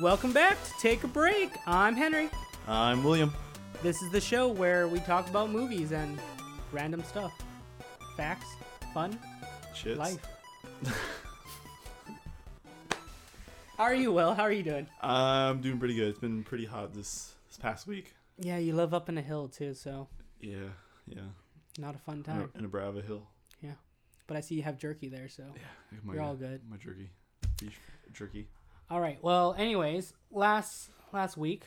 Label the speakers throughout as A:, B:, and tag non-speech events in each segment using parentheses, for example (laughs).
A: Welcome back to Take a Break. I'm Henry.
B: I'm William.
A: This is the show where we talk about movies and random stuff. Facts, fun,
B: Shit.
A: life. How are you, Will? How are you doing?
B: I'm doing pretty good. It's been pretty hot this this past week.
A: Yeah, you live up in a hill too, so
B: Yeah, yeah.
A: not a fun
B: In
A: time.
B: a, in a Brava Hill.
A: But I see you have jerky there, so.
B: Yeah. Oh My,
A: You're all good.
B: My jerky. Beef jerky.
A: All right. Well, anyways, last last week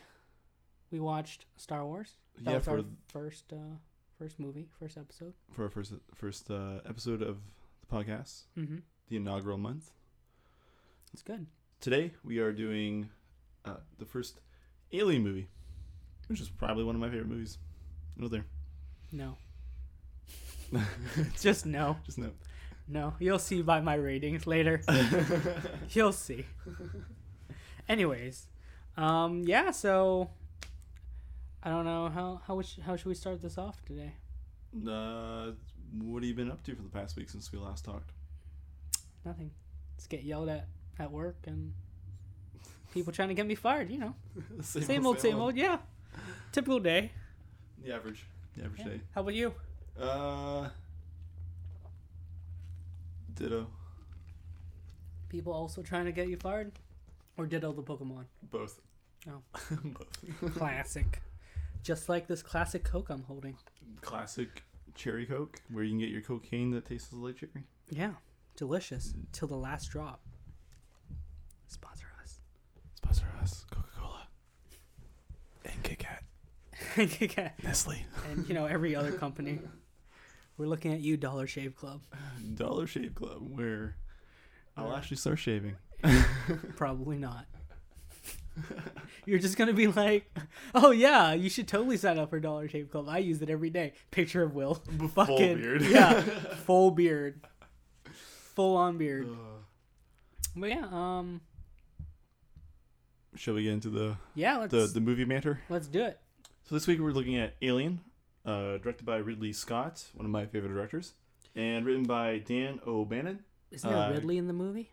A: we watched Star Wars. That
B: yeah,
A: was our
B: for
A: first uh first movie, first episode.
B: for our first first uh, episode of the podcast,
A: Mhm.
B: the inaugural month.
A: It's good.
B: Today we are doing uh, the first Alien movie, which is probably one of my favorite movies. No, there. (laughs)
A: No. Just no.
B: Just (laughs) no.
A: No, you'll see by my ratings later.
B: Uh,
A: you'll see. Anyways, um, yeah. So I don't know how how we sh- how should we start this off today?
B: Uh, what have you been up to for the past week since we last talked?
A: Nothing. Just get yelled at at work and people trying to get me fired. You know, same, old, same old. Yeah, typical day.
B: The average. The average
A: Yeah.
B: day.
A: How about you?
B: Uh, ditto.
A: People also trying to get you fired, or ditto the Pokemon.
B: Both.
A: Oh.
B: Both.
A: Classic. Just like this classic Coke I'm holding.
B: Classic cherry coke, where you can get your cocaine that tastes like cherry.
A: Yeah, delicious till the last drop. Sponsor us. (laughs)
B: Sponsor us, Coca Cola, and Kit Kat,
A: Okay.
B: Nestle,
A: and you know every other company. We're looking at you, Dollar Shave Club,
B: (laughs) Dollar Shave Club, where I'll actually start shaving.
A: probably not. (laughs) You're just gonna be like, oh yeah, you should totally sign up for Dollar Shave Club. I use it every day. Picture of Will, (laughs) fucking (laughs)
B: beard.
A: yeah, full beard, full on beard.
B: Uh,
A: But yeah, um,
B: shall we get into the
A: yeah, let's
B: the, the movie matter?
A: let's do it.
B: So this week we're looking at Alien, uh, directed by Ridley Scott, one of my favorite directors, and written by Dan O'Bannon.
A: Isn't there
B: Uh,
A: Ridley in the movie?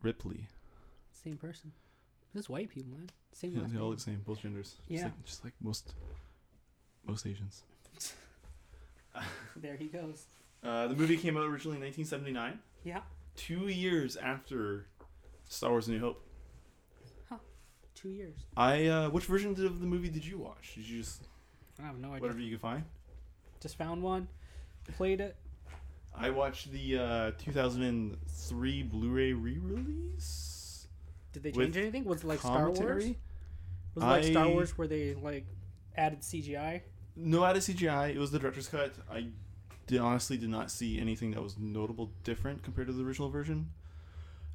B: Ripley.
A: Same person. This is white people, man. Same
B: Yeah,
A: last
B: they all
A: name.
B: look the same, both genders. Just
A: Yeah.
B: like, just like most most Asians.
A: There he goes.
B: Uh, the movie came out originally in 1979,
A: Yeah,
B: two years after Star Wars: A New Hope.
A: two years.
B: I uh, which version of the movie did you watch? Did you just
A: I have no idea.
B: whatever you could find?
A: Just found one, played it.
B: I watched the uh, 2003 Blu-ray re-release.
A: Did they
B: With
A: change anything? Was it like Star Wars?
B: commentary?
A: Was it like Star
B: I-
A: Wars where they like added CGI?
B: No added CGI. It was the director's cut. I did, honestly did not see anything that was notable different compared to the original version.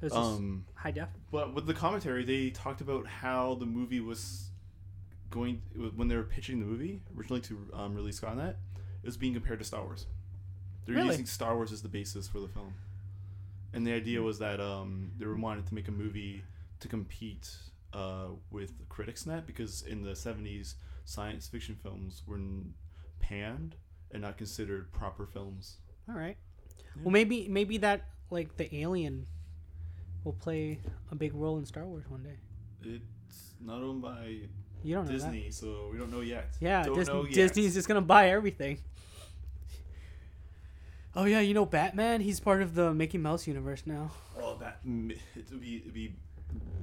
A: It was just
B: Um,
A: high def.
B: But with the commentary, they talked about how the movie was going when they were pitching the movie originally to um, release Scott. on That it was being compared to Star Wars. They're
A: Really?
B: using Star Wars as the basis for the film, and the idea was that um, they were wanted to make a movie to compete uh, with CriticsNet because in the '70s, science fiction films were n- panned and not considered proper films.
A: All right.
B: Yeah.
A: Well, maybe maybe that like the alien will play a big role in Star Wars one day.
B: It's not owned by
A: You don't know
B: Disney, so we don't know yet.
A: that. Yeah,
B: don't
A: Dis-
B: know yet.
A: Disney's just gonna buy everything. Oh yeah, you know Batman. He's part of the Mickey Mouse universe now.
B: Oh, that m- it would be it'd be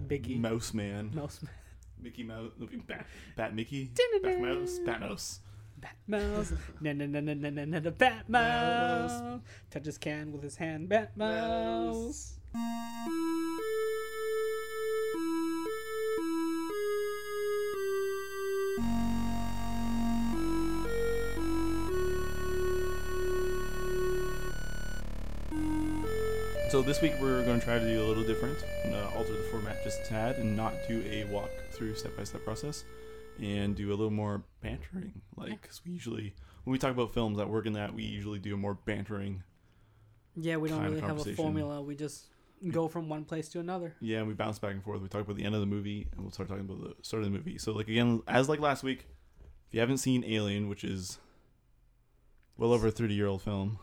A: Biggie
B: Mouse Man,
A: Mouse,
B: Mickey Mouse, it'd be Bat, Bat Mickey, Bat Mouse, Bat Mouse.
A: Bat Mouse, na na na na na na na, na Bat Mouse.
B: Mouse.
A: Touches can with his hand, Bat Mouse.
B: Mouse. So this week we're going to try to do a little different, and, uh, alter the format just a tad, and not do a walk through step by step process, and do a little more bantering. Like 'cause we usually when we talk about films that work in that, we usually do a more bantering.
A: Yeah, we don't
B: kind of
A: really have a
B: conversation.
A: formula. We just go from one place to another.
B: Yeah, and we bounce back and forth. We talk about the end of the movie, and we'll start talking about the start of the movie. So like again, as like last week, if you haven't seen Alien, which is well over a thirty year old film,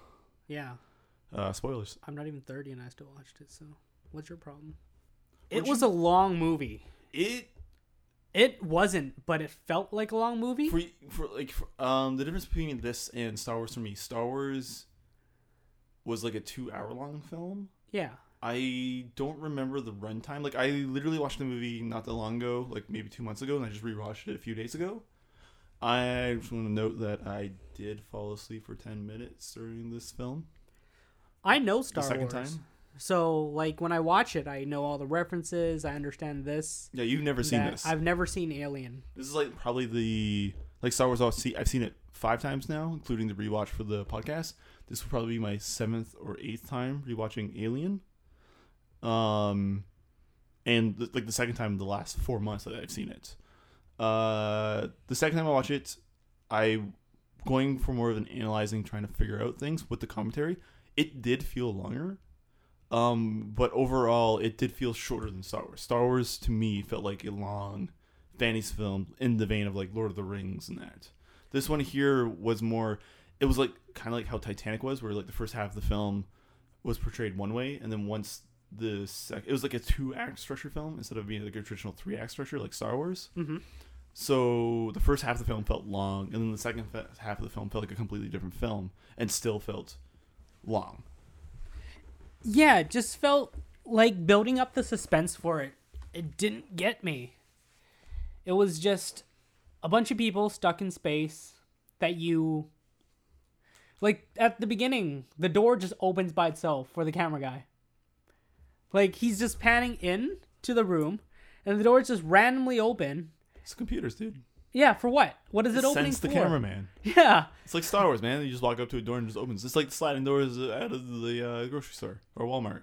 A: Yeah,
B: uh, spoilers.
A: I'm not even 30 and I still watched it. So, what's your problem?
B: What'd
A: it was a long movie.
B: It
A: It wasn't, but it felt like a long movie.
B: for for like for, um the difference between this and Star Wars for me, Star Wars was like a two hour long film.
A: yeah.
B: I don't remember the runtime. Like I literally watched the movie not that long ago, like maybe two months ago, and I just rewatched it a few days ago. I just want to note that I did fall asleep for ten minutes during this film.
A: I know Star
B: the second
A: Wars.
B: time.
A: So like when I watch it, I know all the references. I understand this.
B: Yeah, you've never seen
A: that.
B: this.
A: I've never seen Alien.
B: This is like probably the like Star Wars. I've seen, I've seen it five times now, including the rewatch for the podcast. This will probably be my seventh or eighth time rewatching Alien. Um, and th- like the second time in the last four months that I've seen it. Uh, the second time I watch it, I going for more of an analyzing, trying to figure out things with the commentary. It did feel longer. Um, but overall, it did feel shorter than Star Wars. Star Wars to me felt like a long Fanny's film in the vein of like Lord of the Rings and that. This one here was more. It was like kind of like how Titanic was, where like the first half of the film was portrayed one way, and then once the sec, it was like a two act structure film instead of being like a traditional three act structure like Star Wars.
A: Mhm.
B: So the first half of the film felt long, and then the second fa- half of the film felt like a completely different film, and still felt long.
A: Yeah, it just felt like building up the suspense for it. It didn't get me. It was just a bunch of people stuck in space that you like at the beginning, the door just opens by itself for the camera guy. Like he's just panning in to the room and the door is just randomly open.
B: It's computers, dude.
A: Yeah, for what? What is it opening
B: Sense the
A: for?
B: cameraman.
A: (laughs) Yeah.
B: It's like Star Wars, man. You just walk up to a door and it just opens. It's like the sliding doors out of the uh, grocery store or Walmart.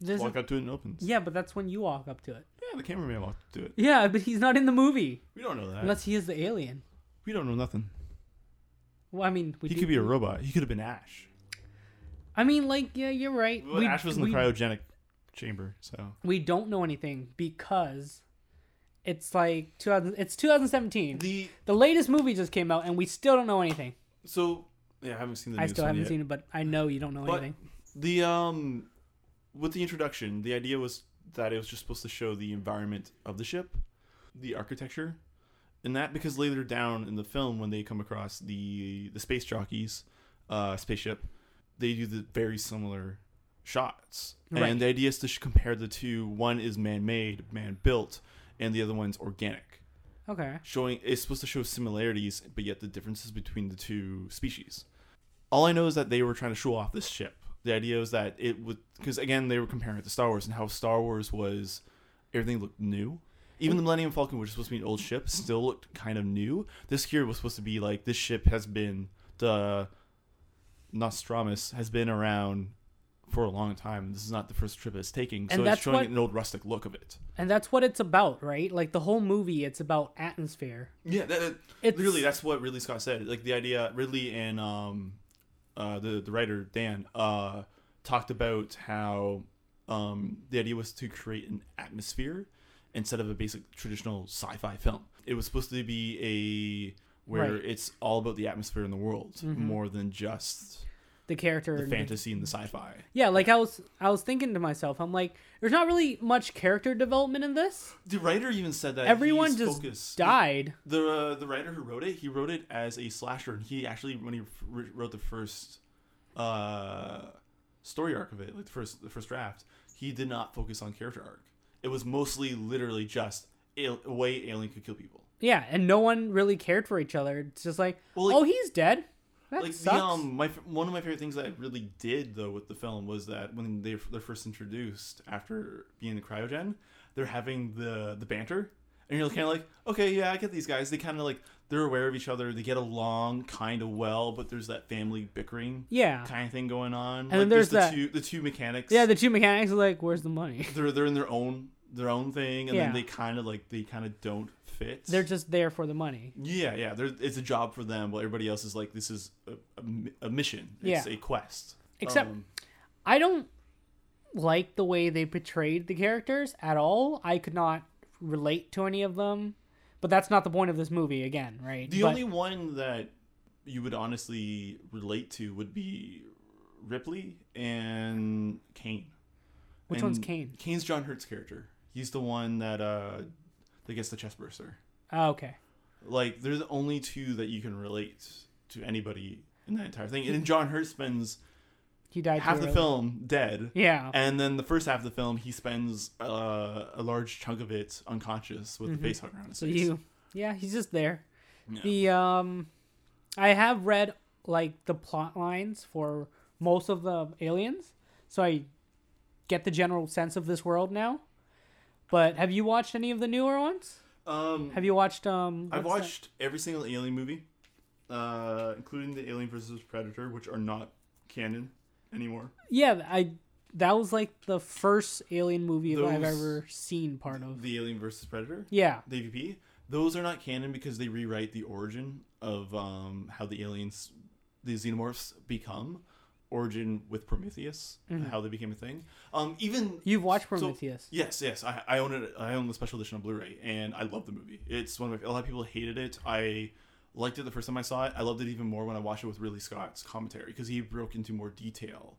A: There's-
B: walk up to it and it opens.
A: yeah, but that's when you walk up to it.
B: Yeah, the cameraman walked up to it.
A: Yeah, but he's not in the movie
B: We don't know that.
A: unless he is the alien.
B: we don't know nothing.
A: Well, I mean, we
B: He
A: do-
B: could be a robot. He could have been Ash.
A: I mean, like, yeah, you're right.
B: Well, Ash was in the
A: we,
B: cryogenic chamber, so
A: we don't know anything because it's like 2000, it's 2017. The,
B: the
A: latest movie just came out, and we still don't know anything.
B: so yeah, I haven't seen the.
A: I
B: newest
A: still
B: one
A: haven't
B: yet.
A: seen it, but I know you don't know
B: But-
A: anything.
B: the um with the introduction the idea was that it was just supposed to show the environment of the ship the architecture and that because later down in the film when they come across the the space jockeys uh spaceship they do the very similar shots
A: Right.
B: and the idea is to sh- compare the two one is man-made man-built and the other one's organic
A: Okay.
B: showing it's supposed to show similarities but yet the differences between the two species all i know is that they were trying to show off this ship the idea was that it would because again they were comparing it to star wars and how star wars was everything looked new even the millennium falcon which was supposed to be an old ship still looked kind of new this here was supposed to be like this ship has been the nostradamus has been around for a long time this is not the first trip it's taking so
A: And
B: it's
A: that's
B: showing
A: what-
B: an old rustic look of it
A: And that's what it's about, right? Like the whole movie, it's about atmosphere.
B: Yeah, that, that-
A: It's-
B: literally that's what Ridley Scott said. Like the idea, Ridley and um, uh, the the writer Dan uh talked about how um the idea was to create an atmosphere instead of a basic traditional sci-fi film. It was supposed to be a where
A: Right. Mm-hmm.
B: it's all about the atmosphere in the world more than just
A: The character,
B: the
A: and-
B: fantasy and the sci-fi.
A: yeah. Like I was, I was thinking to myself, I'm like, there's not really much character development in this.
B: The writer even said that
A: Everyone
B: he's
A: just
B: focused-
A: died.
B: the uh, the writer who wrote it, he wrote it as a slasher, and he actually when he r- wrote the first uh, story arc of it, like the first the first draft, he did not focus on character arc. It was mostly literally just al- a way alien could kill people.
A: Yeah, and no one really cared for each other. It's just like,
B: Well, like-
A: oh, he's dead. That
B: like
A: sucks.
B: the um my f- one of my favorite things that I really did though with the film was that when they they're first introduced after being the cryogen, they're having the the banter, and you're kind of like, okay, yeah, I get these guys. They kind of like they're aware of each other. They get along kind of well, but there's that family bickering
A: yeah.
B: kind of thing going on. And
A: then
B: the
A: there's that-
B: two the two mechanics.
A: Yeah, the two mechanics are like, where's the money? (laughs)
B: they're they're in their own their own thing, and
A: Yeah.
B: then they kind of like they kind of don't fit.
A: They're just there for the money.
B: Yeah, yeah. There, it's a job for them, while everybody else is like, this is a, a mi- a mission. It's
A: Yeah.
B: a quest.
A: Except-
B: Um,
A: I don't like the way they portrayed the characters at all. I could not relate to any of them. But that's not the point of this movie, again, right?
B: the
A: But-
B: only one that you would honestly relate to would be Ripley and Kane.
A: Which one's
B: And
A: Kane?
B: Kane's John Hurt's character. He's the one that uh, that gets the chest burster.
A: Oh, okay.
B: Like there's only two that you can relate to anybody in that entire thing. And John Hurt spends
A: He died.
B: half
A: too
B: the
A: early.
B: film dead.
A: Yeah.
B: And then the first half of the film, he spends uh, a large chunk of it unconscious with
A: Mhm.
B: the face hugger on his
A: So
B: face.
A: you, yeah, he's just there.
B: Yeah.
A: The um, I have read like the plot lines for most of the aliens, so I get the general sense of this world now. But have you watched any of the newer ones?
B: um,
A: Have you watched um? what's
B: I've
A: that-
B: watched every single Alien movie, uh, including the Alien versus Predator, which are not canon anymore.
A: Yeah, I. That was like the first alien movie that I've
B: Those-
A: ever seen part of.
B: The Alien versus Predator,
A: Yeah.
B: the AVP, those are not canon because they rewrite the origin of um, how the aliens, the xenomorphs, become. Origin with Prometheus,
A: Mm-hmm.
B: and how they became a thing. Um, even
A: You've watched
B: so-
A: Prometheus.
B: Yes, yes. I, I own it. I own the special edition on Blu-ray, and I love the movie. It's one of my, a lot of people hated it. I liked it the first time I saw it. I loved it even more when I watched it with Ridley Scott's commentary because he broke into more detail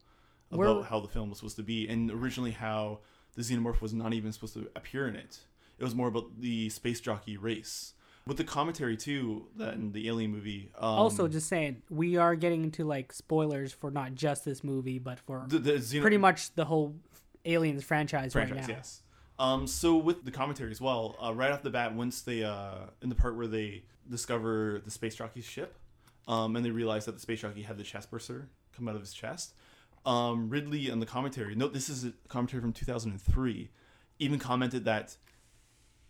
B: about
A: Where-
B: how the film was supposed to be, and originally how the xenomorph was not even supposed to appear in it. It was more about the space jockey race. With the commentary too, that in the Alien movie. Um,
A: also, just saying, we are getting into like spoilers for not just this movie, but for
B: the, the xeno-
A: pretty much the whole Aliens franchise, right
B: franchise,
A: now.
B: yes. Um, so with the commentary as well, uh, right off the bat, once they uh, in the part where they discover the space jockey's ship, um, and they realize that the space jockey had the chest burster come out of his chest, um, Ridley on the commentary. Note this is a commentary from 2003. Even commented that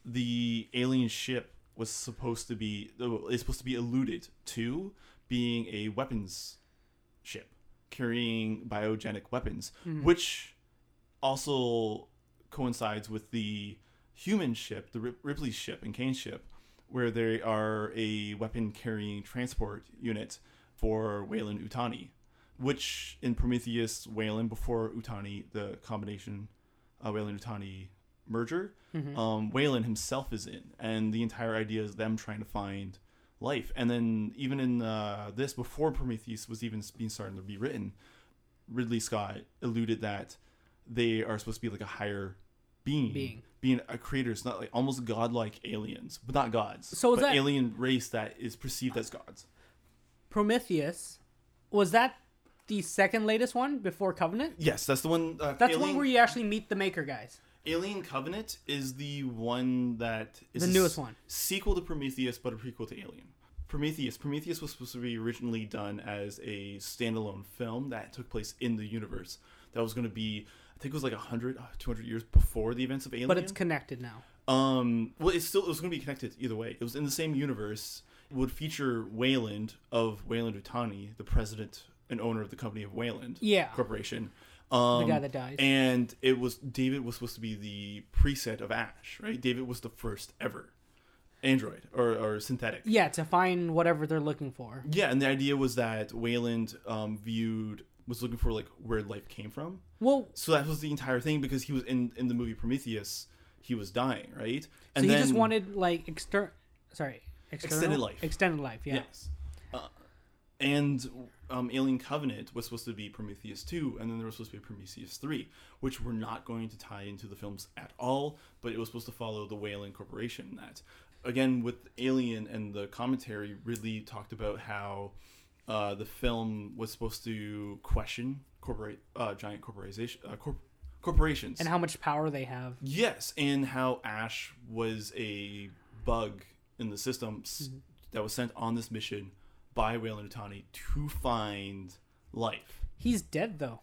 B: the alien ship was supposed to be is supposed to be alluded to being a weapons ship carrying biogenic weapons,
A: Mm-hmm.
B: which also coincides with the human ship, the Rip- Ripley's ship and Kane's ship, where they are a weapon carrying transport unit for Whalen Utani, which in Prometheus Whalen before Utani the combination uh, Whalen Utani merger,
A: Mm-hmm.
B: um, Whalen himself is in, and the entire idea is them trying to find life. And then even in uh, this before Prometheus was even being starting to be written, Ridley Scott alluded that they are supposed to be like a higher being,
A: Being.
B: a creator. It's not like almost godlike aliens, but not gods.
A: So is
B: but
A: that-
B: alien race that is perceived as gods?
A: Prometheus was that the second latest one before Covenant?
B: Yes, that's the one. Uh,
A: That's
B: alien,
A: one where you actually meet the Maker guys.
B: Alien Covenant is the one that is
A: The
B: a
A: newest
B: s-
A: one.
B: Sequel to Prometheus, but a prequel to Alien. Prometheus. Prometheus was supposed to be originally done as a standalone film that took place in the universe. That was going to be, I think it was like 100, 200 years before the events of Alien.
A: But it's connected now.
B: Um, well, it's still it was going to be connected either way. It was in the same universe. It would feature Wayland of Wayland Utani, the president and owner of the company of Wayland
A: Yeah.
B: Corporation. Um,
A: guy that dies.
B: And it was David was supposed to be the preset of Ash, right? David was the first ever android or, or synthetic.
A: Yeah, to find whatever they're looking for.
B: Yeah, and the idea was that Wayland um, viewed was looking for like where life came from,
A: Well,
B: so that was the entire thing because he was in in the movie Prometheus, he was dying, right?
A: so he just wanted like exter sorry, external
B: Extended life.
A: Extended life, yeah.
B: yes, uh, and um, Alien Covenant was supposed to be Prometheus two, and then there was supposed to be Prometheus three, which were not going to tie into the films at all, but it was supposed to follow the Whalen Corporation. in That again with Alien and the commentary, Ridley talked about how uh, the film was supposed to question corporate uh, giant corporation uh, corp- corporations
A: And how much power they have.
B: Yes, and how Ash was a bug in the system s
A: Mm-hmm.
B: that was sent on this mission by Weyland Utani to find life.
A: He's dead though.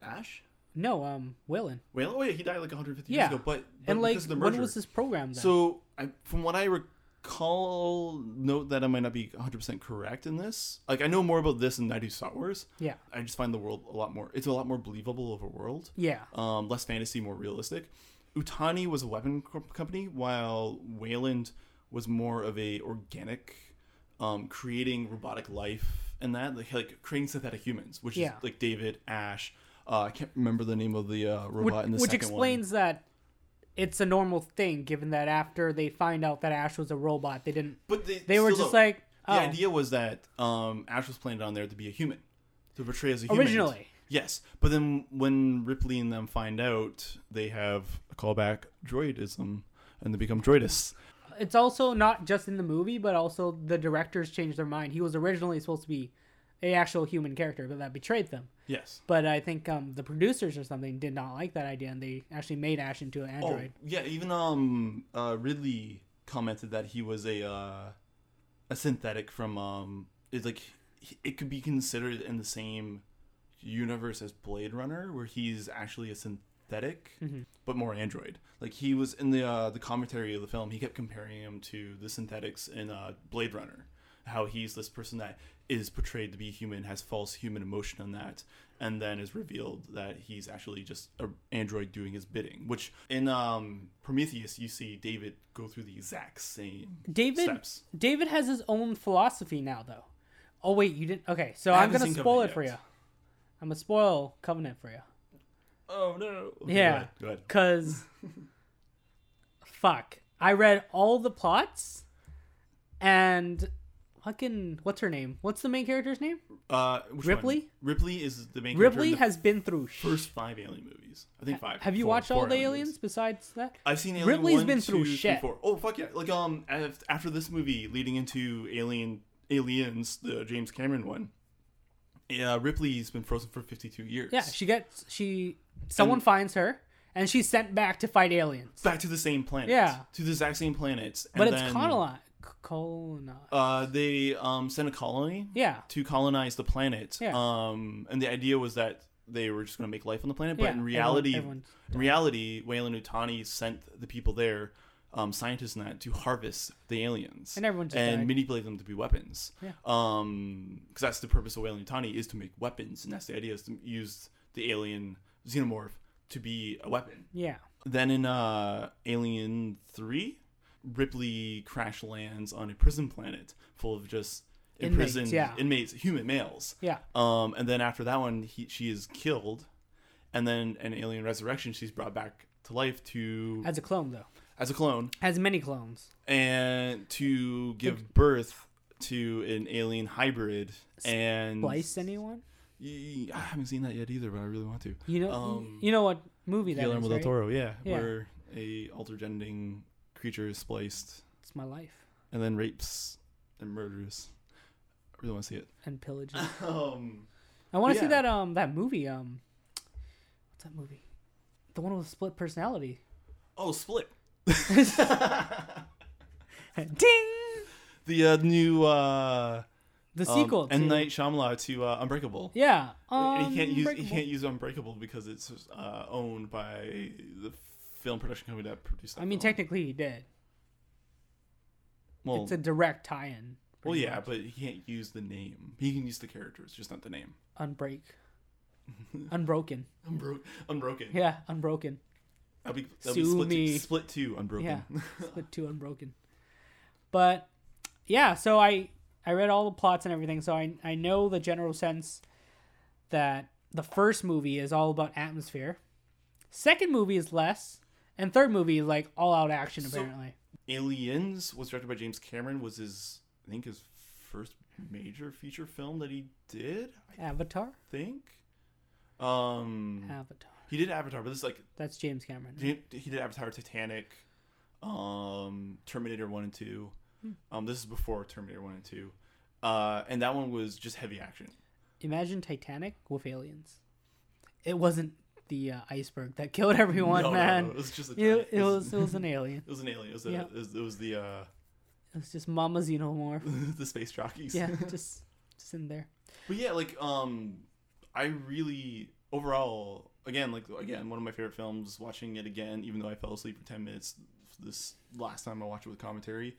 B: Ash?
A: No, um, Willen.
B: Weyland? Oh, yeah, he died like 150
A: Yeah.
B: years ago, but, but
A: And like,
B: because of the merger.
A: when was this program then?
B: So, I, from what I recall, note that I might not be 100% correct in this. Like, I know more about this than I do Star Wars.
A: yeah,
B: I just find the world a lot more, it's a lot more believable of a world.
A: yeah.
B: um, less fantasy, more realistic. Utani was a weapon co- company, while Wayland was more of a organic, um, creating robotic life and that like, like creating synthetic humans, which
A: Yeah.
B: is like David Ash. Uh, I can't remember the name of the uh,
A: Which,
B: robot in the
A: which
B: second one.
A: explains that it's a normal thing, given that after they find out that Ash was a robot, they didn't.
B: But they,
A: They were
B: still
A: just
B: don't.
A: like, oh,
B: the idea was that um, Ash was planned on there to be a human, to portray as a human
A: originally.
B: Yes, but then when Ripley and them find out, they have a callback droidism and they become droidists.
A: It's also not just in the movie, but also the directors changed their mind. He was originally supposed to be a actual human character, but that betrayed them.
B: Yes.
A: But I think um, the producers or something did not like that idea, and they actually made Ash into an
B: Oh,
A: android.
B: yeah. Even um, uh, Ridley commented that he was a uh, a synthetic from um, it's like he- it could be considered in the same universe as Blade Runner, where he's actually a synthetic,
A: Mhm.
B: but more android. Like he was in the uh, the commentary of the film, he kept comparing him to the synthetics in uh, Blade Runner, how he's this person that is portrayed to be human, has false human emotion on that, and then is revealed that he's actually just a android doing his bidding. Which in um, Prometheus, you see David go through the exact same
A: David
B: steps.
A: David has his own philosophy now, though. Oh wait, you didn't. Okay, so
B: I
A: I'm
B: haven't
A: gonna
B: seen
A: spoil
B: Covenant
A: it for
B: yet.
A: you. I'm gonna spoil Covenant for you,
B: Oh no! Okay,
A: Yeah.
B: Go ahead. Go ahead.
A: cause fuck, I read all the plots, and fucking what's her name? What's the main character's name?
B: Uh, which one?
A: Ripley?
B: Ripley is the main. character in
A: Ripley
B: the
A: has been through. sh-
B: first five Alien movies. I think five.
A: Have you
B: Four-
A: watched all
B: four
A: the
B: Alien
A: aliens
B: movies.
A: besides that?
B: I've seen Alien
A: Ripley's
B: one,
A: been through
B: two, three,
A: shit.
B: four. Oh fuck yeah! Like um, af- after this movie, leading into Alien, Aliens, the James Cameron one. Yeah, Ripley's been frozen for fifty-two years.
A: Yeah, she gets she. Someone finds her, and she's sent back to fight aliens.
B: back to the same planet.
A: Yeah.
B: to the exact same planet.
A: But
B: and
A: it's
B: then,
A: colonized. Colonized.
B: Uh, they um sent a colony
A: yeah.
B: to colonize the planet.
A: Yeah.
B: Um, and the idea was that they were just going to make life on the planet, but
A: Yeah,
B: in reality,
A: everyone-
B: in reality, Wayland Utani sent the people there, um, scientists and that, to harvest the aliens
A: And everyone just
B: and
A: died.
B: manipulate them to be weapons.
A: Yeah.
B: Um, because that's the purpose of Wayland Utani is to make weapons, and that's the idea is to use the alien xenomorph to be a weapon.
A: Yeah.
B: Then in uh, Alien 3, Ripley crash lands on a prison planet full of just
A: Inmates,
B: imprisoned
A: yeah.
B: inmates, human males.
A: Yeah.
B: Um, and then after that one, he, she is killed. And then in Alien Resurrection, she's brought back to life to
A: As a clone, though.
B: as a clone
A: Has many clones.
B: and to give birth to an alien hybrid. And
A: Splice anyone?
B: Y- I haven't seen that yet either, but I really want to.
A: You know,
B: Um,
A: you know what movie that
B: Guillermo
A: is,
B: del
A: right?
B: Toro, yeah,
A: Yeah.
B: where a altergending creature is spliced
A: It's my life
B: and then rapes and murders. I really want to see it.
A: and pillage.
B: Um,
A: I want to see
B: yeah.
A: that um that movie um, what's that movie? The one with split personality.
B: oh, Split.
A: Ding.
B: The uh, new uh,
A: The
B: um,
A: sequel.
B: M
A: to-
B: Night Shyamalan to uh, Unbreakable.
A: Yeah.
B: And
A: Um,
B: He can't use he can't use Unbreakable because it's uh, owned by the film production company that produced. That
A: I mean,
B: film.
A: technically he did.
B: well,
A: it's a direct tie-in.
B: well,
A: pretty
B: yeah,
A: much.
B: but he can't use the name. He can use the characters, just not the name.
A: Unbreak. Unbroken.
B: Unbro- unbroken.
A: Yeah, unbroken.
B: That'd be, that'd
A: Sue
B: be split,
A: me.
B: Two, split two unbroken.
A: Split two unbroken. But yeah, so I I read all the plots and everything, so I I know the general sense that the first movie is all about atmosphere. Second movie is less, and third movie is like all out action
B: So-
A: apparently.
B: Aliens was directed by James Cameron. Was his I think his first major feature film that he did. I
A: Avatar?
B: think. Um,
A: Mm. Avatar.
B: he did Avatar, but this is like
A: That's James Cameron.
B: he he did Avatar, Titanic, um, Terminator One and Two.
A: Hmm.
B: Um, this is before Terminator One and Two, uh, and that one was just heavy action.
A: Imagine Titanic with aliens. It wasn't the uh, iceberg that killed everyone, man.
B: it was just a,
A: It, it was
B: it
A: it was an alien.
B: was an alien. (laughs) It was, a,
A: Yeah.
B: it was it was the uh, (laughs)
A: It was just Mama Xenomorph.
B: the space jockeys.
A: Yeah, just just in there.
B: But yeah, like um, I really overall again like again one of my favorite films. Watching it again, even though I fell asleep for ten minutes this last time I watched it with commentary,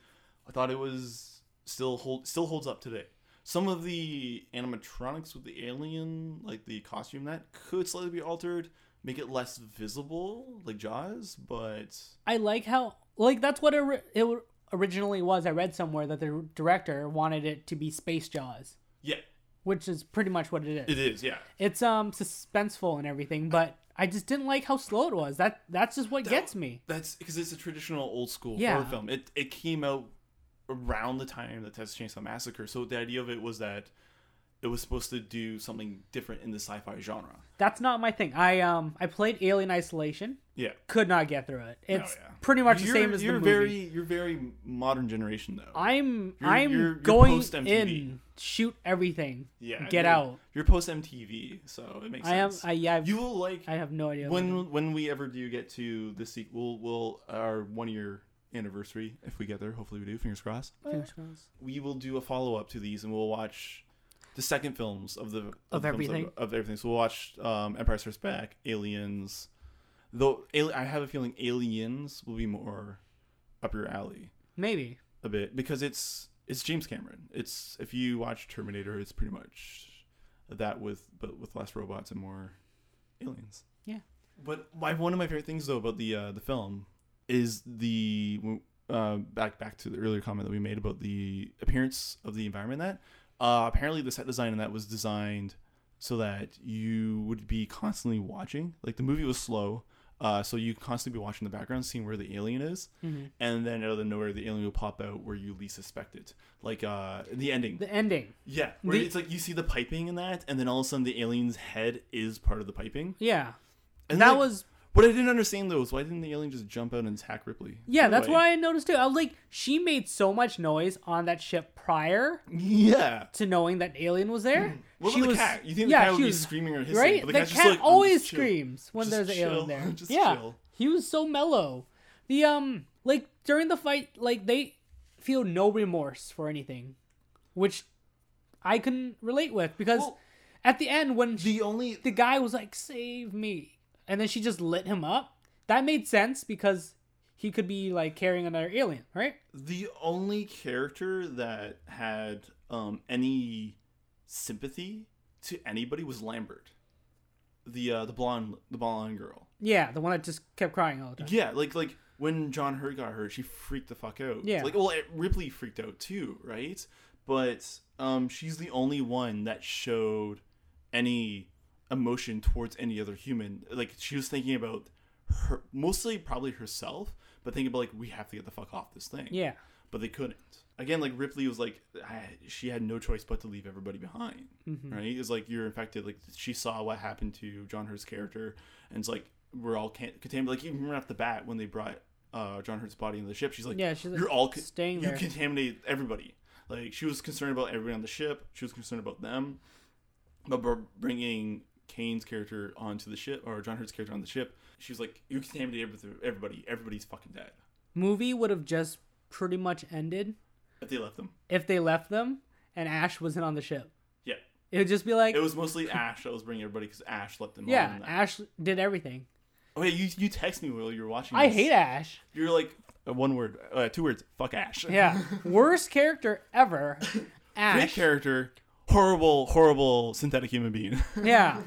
B: I thought it was still hold still holds up today. Some of the animatronics with the alien, like the costume, that could slightly be altered, make it less visible, like Jaws. But
A: I like how like that's what it, ri- it originally was. I read somewhere that the director wanted it to be Space Jaws,
B: yeah,
A: which is pretty much what it is.
B: it is. Yeah,
A: It's um suspenseful and everything, but I just didn't like how slow it was. That that's just what gets me.
B: That's because it's a traditional old school
A: Yeah.
B: horror film. It it came out around the time that Texas Chainsaw Massacre, so the idea of it was that it was supposed to do something different in the sci-fi genre.
A: That's not my thing. I um I played Alien Isolation,
B: Yeah.
A: could not get through it. It's
B: Oh, yeah.
A: pretty much
B: you're,
A: the same as
B: you're
A: the movie.
B: very you're very modern generation though.
A: I'm
B: You're-
A: I'm
B: you're- you're
A: going
B: post-MTV.
A: in, shoot everything,
B: yeah,
A: get
B: you're-
A: out.
B: You're post MTV, so it makes
A: I am
B: sense.
A: I yeah I've,
B: you will like
A: I have no idea what it is.
B: when when we ever do get to the sequel, we'll our one year anniversary if we get there. Hopefully we do. Fingers crossed.
A: Fingers crossed.
B: We will do a follow up to these, and we'll watch the second films of the
A: Of
B: the films
A: everything.
B: of, everything. So we'll watch um, Empire Strikes Back, Aliens. Though Ali- I have a feeling Aliens will be more up your alley
A: maybe
B: a bit because it's it's James Cameron. It's if you watch Terminator, it's pretty much that with but with less robots and more aliens.
A: Yeah.
B: But my one of my favorite things though about the uh, the film is the uh, back back to the earlier comment that we made about the appearance of the environment. That uh, apparently the set design in that was designed so that you would be constantly watching. Like the movie was slow, uh, so you constantly be watching the background, seeing where the alien is, and then out of nowhere the alien will pop out where you least suspect it. Like uh, the ending,
A: the ending.
B: yeah, where
A: the-
B: it's like you see the piping in that, and then all of a sudden the alien's head is part of the piping.
A: Yeah,
B: And
A: that
B: like,
A: was
B: what I didn't understand though is why didn't the alien just jump out and attack Ripley?
A: yeah.
B: Right
A: That's
B: away.
A: what I noticed too. I was like, she made so much noise on that ship prior
B: (laughs) Yeah.
A: to knowing that alien was there.
B: Mm. What
A: she
B: about
A: was
B: the cat? You think the
A: yeah,
B: cat
A: she
B: would be
A: was-
B: screaming or hissing?
A: right.
B: but
A: The,
B: the, cat's
A: cat
B: just like, "I'm
A: always
B: just chill."
A: screams when
B: Just
A: there's an alien
B: chill.
A: there.
B: (laughs) Just
A: yeah,
B: chill.
A: he was so mellow. The um, like during the fight, like they feel no remorse for anything, which I can relate with because
B: Well-
A: at the end when she,
B: The only
A: the guy was like, "Save me," and then she just lit him up. That made sense because he could be like carrying another alien, right?
B: the only character that had um, any sympathy to anybody was Lambert, the uh, the blonde the blonde girl.
A: Yeah, the one that just kept crying all the time.
B: Yeah, like like when John Hurt got hurt, she freaked the fuck out.
A: Yeah.
B: like well Ripley freaked out too, right? But um, she's the only one that showed any emotion towards any other human. Like she was thinking about her, mostly probably herself, but thinking about like we have to get the fuck off this thing
A: Yeah,
B: but they couldn't. Again, like Ripley was like, I- she had no choice but to leave everybody behind,
A: Mm-hmm.
B: right? It's like you're infected. Like she saw what happened to John Hurt's character, and it's like we're all can- contaminated. Like even right off the bat, when they brought uh, John Hurt's body into the ship, she's like,
A: Yeah, she's like,
B: you're all con-
A: staying
B: You
A: there.
B: contaminated everybody. Like she was concerned about everyone on the ship. She was concerned about them, but br- bringing Kane's character onto the ship or John Hurt's character on the ship, she was like, you contaminated everyth- everybody. Everybody's fucking dead.
A: movie would have just pretty much ended
B: If they left them,
A: if they left them and Ash wasn't on the ship.
B: yeah.
A: It would just be like,
B: It was mostly Ash that was bringing everybody because Ash let them on.
A: yeah,
B: in that.
A: Ash did everything.
B: Oh, yeah, you you text me while you were watching.
A: I
B: this.
A: hate Ash.
B: You're like uh, one word, uh, two words. Fuck Ash. (laughs)
A: Yeah, worst character ever.
B: Great
A: Ash.
B: character, horrible, horrible synthetic human being. (laughs)
A: Yeah,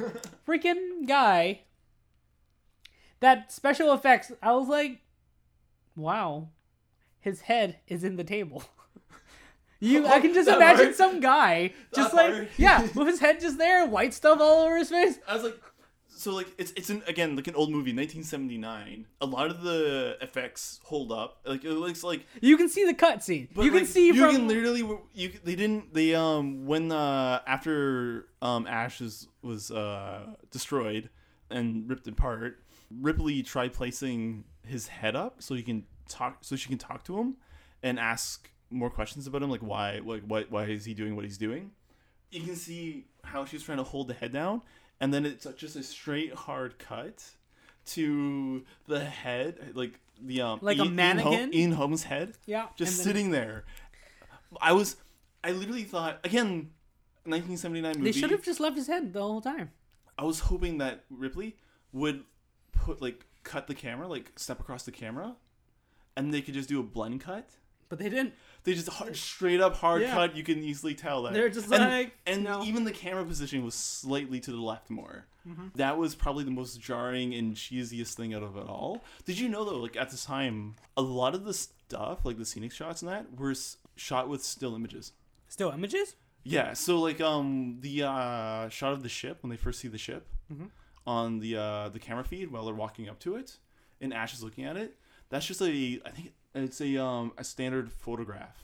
A: freaking guy. That special effects. I was like, wow, his head is in the table. (laughs) (laughs) You, I can just
B: That
A: imagine
B: part.
A: some guy just
B: That
A: like
B: part.
A: yeah, with his head just there, white stuff all over his face.
B: I was like, so like it's it's an again like an old movie, 1979. A lot of the effects hold up. Like it looks like
A: You can see the cutscene.
B: But,
A: You can
B: like,
A: see
B: you
A: from
B: can literally you c- they didn't they um when uh after um Ash is, was uh destroyed and ripped apart Ripley tried placing his head up so he can talk so she can talk to him and ask more questions about him like why like why why is he doing what he's doing you can see how she's trying to hold the head down and then it's just a straight hard cut to the head like the um
A: Like a
B: Ian- Ian
A: mannequin?
B: Ho- Ian Holmes' head
A: yeah,
B: just
A: and then
B: sitting there. I was, I literally thought again, 1979
A: They
B: movie.
A: should have just left his head the whole time.
B: I was hoping that Ripley would put like cut the camera, like step across the camera, and they could just do a blend cut.
A: But they didn't.
B: They just hard, straight up hard
A: Yeah.
B: cut. You can easily tell that
A: They're just
B: and,
A: like,
B: and
A: no.
B: even the camera position was slightly to the left more.
A: Mm-hmm.
B: That was probably the most jarring and cheesiest thing out of it all. Did you know though? Like at the time, a lot of the stuff, like the scenic shots and that, were s- shot with still images.
A: Still images?
B: Yeah, so like um the uh, shot of the ship when they first see the ship on the uh, the camera feed while they're walking up to it, and Ash is looking at it. That's just a I think it's a um a standard photograph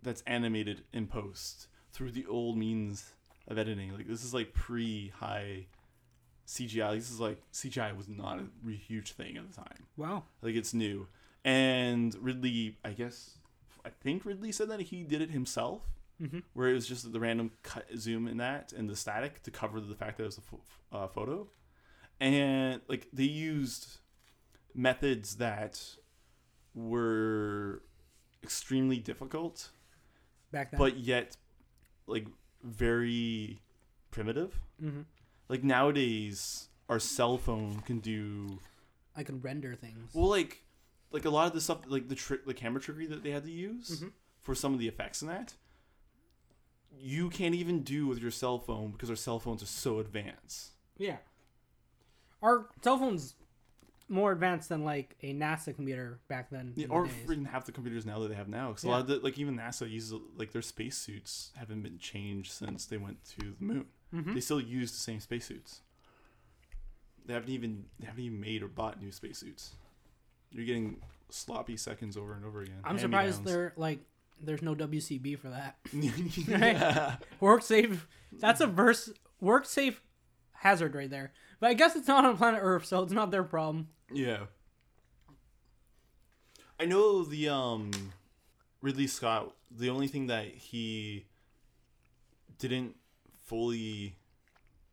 B: that's animated in post through the old means of editing. Like this is like pre high CGI. This is like CGI was not a re- huge thing at the time.
A: Wow.
B: Like it's new. And Ridley, I guess, I think Ridley said that he did it himself,
A: Mhm.
B: where it was just the random cut, zoom in that and the static to cover the fact that it was a pho- uh, photo. And like they used methods that were extremely difficult,
A: Back then.
B: but yet like very primitive.
A: mm-hmm.
B: Like nowadays, our cell phone can do
A: I can render things.
B: well, like, like a lot of the stuff, like the trick, the camera trickery that they had to use
A: Mhm.
B: for some of the effects in that, you can't even do with your cell phone because our cell phones are so advanced.
A: Yeah. Our cell phones more advanced than like a NASA computer back then.
B: Yeah,
A: in the
B: or
A: days.
B: freaking half the computers now that they have now. Because a lot of the, like even NASA uses like their spacesuits haven't been changed since they went to the moon.
A: Mhm.
B: They still use the same spacesuits. They haven't even they haven't even made or bought new spacesuits. You're getting sloppy seconds over and over again.
A: I'm surprised there like there's no WCB for that.
B: (laughs)
A: (laughs)
B: yeah.
A: Work safe. That's a verse. Work safe hazard right there. But I guess it's not on planet Earth, so it's not their problem.
B: Yeah. I know the um Ridley Scott the only thing that he didn't fully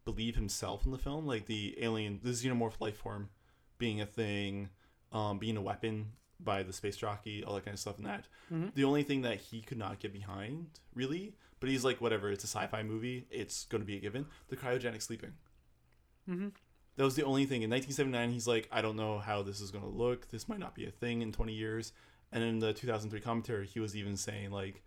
B: believe himself in the film, like the alien the xenomorph life form being a thing, um, being a weapon by the space jockey, all that kind of stuff and that.
A: Mhm.
B: The only thing that he could not get behind, really, but he's like, whatever, it's a sci fi movie, it's gonna be a given. The cryogenic sleeping. Mm-hmm.
A: Mhm.
B: That was the only thing. In 1979, he's like, I don't know how this is going to look. This might not be a thing in 20 years. And in the 2003 commentary, he was even saying like,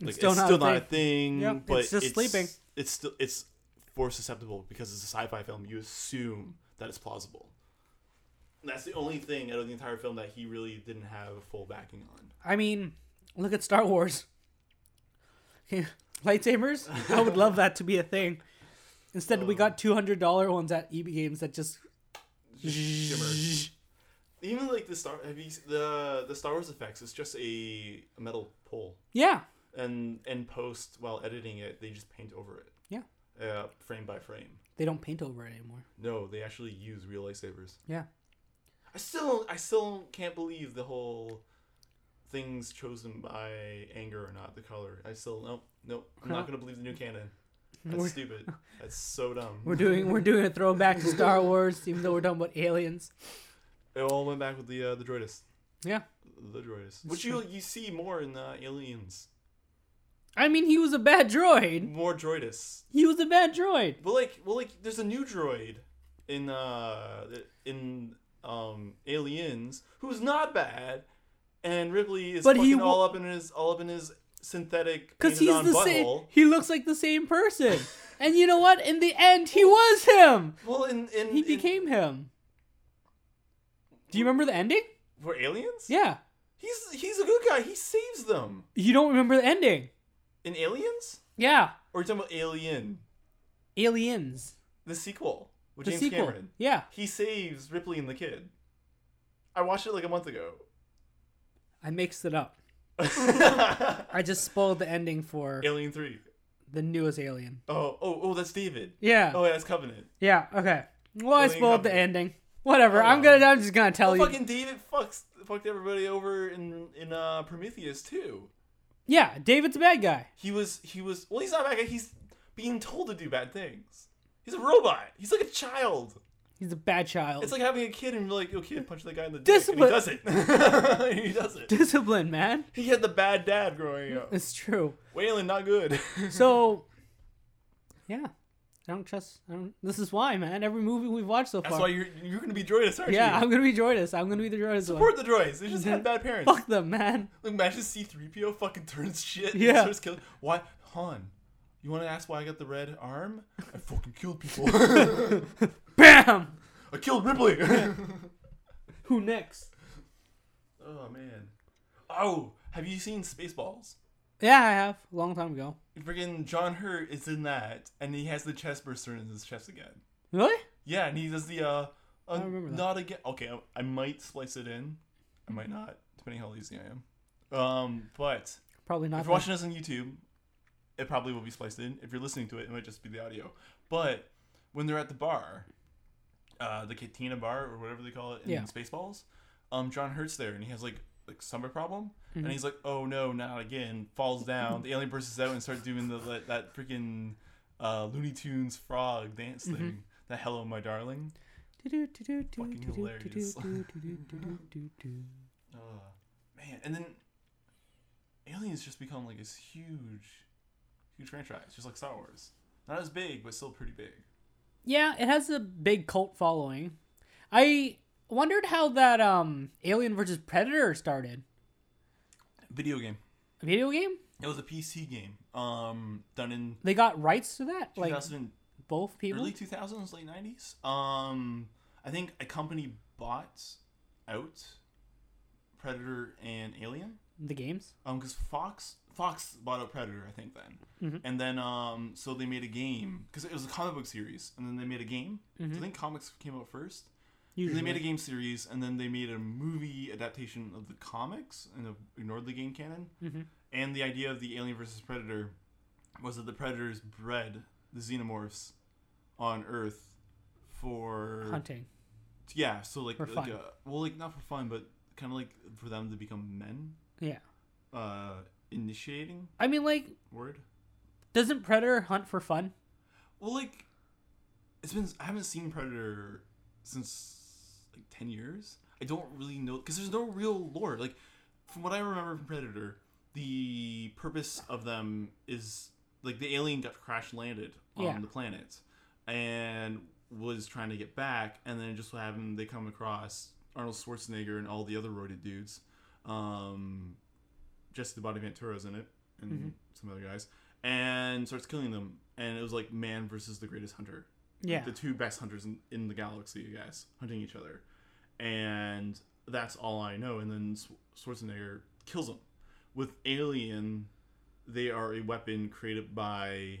B: like it's still, not, a thing,
A: Yep,
B: Mm, but
A: it's just sleeping.
B: It's still it's for susceptible because it's a sci-fi film. You assume that it's plausible. And that's the only thing out of the entire film that he really didn't have a full backing on.
A: I mean, look at Star Wars. (laughs) Lightsabers. I would love that to be a thing. Instead,
B: Uh.
A: we got two hundred dollar ones at EB Games that just (laughs)
B: Shimmer. Even like the star, have you, the the Star Wars effects? It's just a metal pole.
A: yeah.
B: and and post while editing it, they just paint over it.
A: Yeah.
B: Uh, frame by frame.
A: They don't paint over it anymore.
B: No, they actually use real lightsabers.
A: Yeah.
B: I still I still can't believe the whole things chosen by anger or not the color. I still nope nope. I'm not gonna believe the new
A: (laughs)
B: canon. That's
A: We're-
B: stupid. That's so dumb.
A: We're doing we're doing a throwback to Star Wars, even though we're talking about aliens.
B: It all went back with the uh, the droidus.
A: Yeah.
B: The droidus, which you you see more in uh, Aliens,
A: I mean, he was a bad droid.
B: more droidus.
A: He was a bad droid.
B: But like, well, like, there's a new droid in uh in um Aliens who's not bad, and Ripley is
A: But
B: but
A: he
B: fucking
A: wo-
B: all up in his all up in his synthetic
A: Because
B: painted
A: he's
B: on
A: the same.
B: butthole.
A: He looks like the same person. and you know what? In the end, he was him.
B: Well, in in,
A: He
B: in-
A: became him. Do you remember the ending?
B: for Aliens.
A: Yeah.
B: he's he's a good guy. He saves them
A: You don't remember the ending?
B: in Aliens.
A: Yeah.
B: Or you're talking about Alien,
A: Aliens.
B: the sequel with
A: The
B: James
A: sequel.
B: Cameron.
A: Yeah.
B: He saves Ripley and the kid. I watched it like a month
A: (laughs)
B: ago.
A: I mixed it up. I just spoiled the ending for
B: Alien Three.
A: the newest alien.
B: Oh, oh, oh, that's David.
A: Yeah.
B: Oh, yeah, that's Covenant.
A: Yeah. Okay. Well, I
B: Alien
A: spoiled the
B: Covenant.
A: ending. Whatever. I'm gonna. I'm just gonna tell
B: Well,
A: you.
B: fucking David fucks fucked everybody over in in uh, Prometheus too.
A: Yeah. David's a bad guy.
B: He was he was well, he's not a bad guy. He's being told to do bad things. He's a robot. He's like a child.
A: He's a bad child. (laughs)
B: It's like having a kid and you're like, "Yo, kid, punch that guy in the
A: Discipline.
B: dick." And he doesn't. (laughs) he doesn't.
A: discipline, man.
B: He had the bad dad
A: (laughs)
B: growing up.
A: It's true.
B: Waylon, not good.
A: So, (laughs) yeah, I don't trust. I don't, this is why, man. Every movie we've watched so
B: That's
A: far.
B: why you're you're gonna be droidus, aren't
A: yeah,
B: you?
A: I'm gonna be Droidus. I'm gonna be the Droidus one.
B: Support the droids. They
A: (laughs)
B: just have bad parents.
A: Fuck them, man.
B: Like, imagine C3PO fucking turns shit.
A: Yeah.
B: And starts killing. Why? Han, you want to ask why I got the red arm? I fucking
A: (laughs)
B: killed people. I
A: Bam.
B: killed Ripley.
A: Who next?
B: (laughs) oh, man. Oh, have you seen Spaceballs?
A: Yeah, I have a long time ago.
B: Freaking John Hurt is in that, and he has the chest burster in his chest again.
A: Really?
B: Yeah, and he does the, uh, uh
A: remember that.
B: not again. Okay, I, I might splice it in. I might not, depending how lazy I am. Um, but
A: Probably not.
B: if you're watching us on YouTube, it probably will be spliced in. If you're listening to it, it might just be the audio. But when they're at the bar, uh, the Katina bar or whatever they call it in
A: Yeah.
B: Spaceballs, um, John Hurt's there and he has like like stomach problem,
A: Mm-hmm.
B: and he's like, "Oh no, not again!" Falls down. the alien bursts out and starts doing the that, that freaking uh, Looney Tunes frog dance
A: Mm-hmm.
B: thing. That "Hello, my darling." Fucking hilarious. Uh, man, and then Aliens just become like this huge, huge franchise, just like Star Wars. Not as big, but still pretty big.
A: Yeah, it has a big cult following. I wondered how that um Alien versus Predator started.
B: Video game.
A: A video game?
B: It was a PC game, um, done in
A: They got rights to that? Like
B: 2000,
A: both people?
B: early 2000s, late 90s. Um, I think a company bought out Predator and Alien.
A: The games?
B: Um, because Fox Fox bought out Predator, I think then,
A: Mm-hmm.
B: and then um, so they made a game because it was a comic book series, and then they made a game.
A: Mm-hmm.
B: So I think comics came out first.
A: Usually.
B: They made a game series, and then they made a movie adaptation of the comics and ignored the game canon.
A: Mm-hmm.
B: And the idea of the Alien versus Predator was that the Predators bred the xenomorphs on Earth for
A: Hunting.
B: yeah, so like,
A: For
B: like
A: fun.
B: uh, well, like not for fun, but kind of like for them to become men.
A: Yeah.
B: Uh, initiating
A: I mean like
B: word.
A: doesn't Predator hunt for fun?
B: Well, like it's been I haven't seen Predator since like ten years. I don't really know because there's no real lore. Like from what I remember from Predator, the purpose of them is like the alien got crash landed on
A: Yeah.
B: the planet and was trying to get back, and then just what happened? They come across Arnold Schwarzenegger and all the other roided dudes. Um, Jesse the Body Ventura's in it, and some other guys, and starts killing them. And it was like man versus the greatest hunter. Like,
A: Yeah.
B: the two best hunters in, in the galaxy, you guys, hunting each other, and that's all I know. And then Sw- Schwarzenegger kills him. With Alien, they are a weapon created by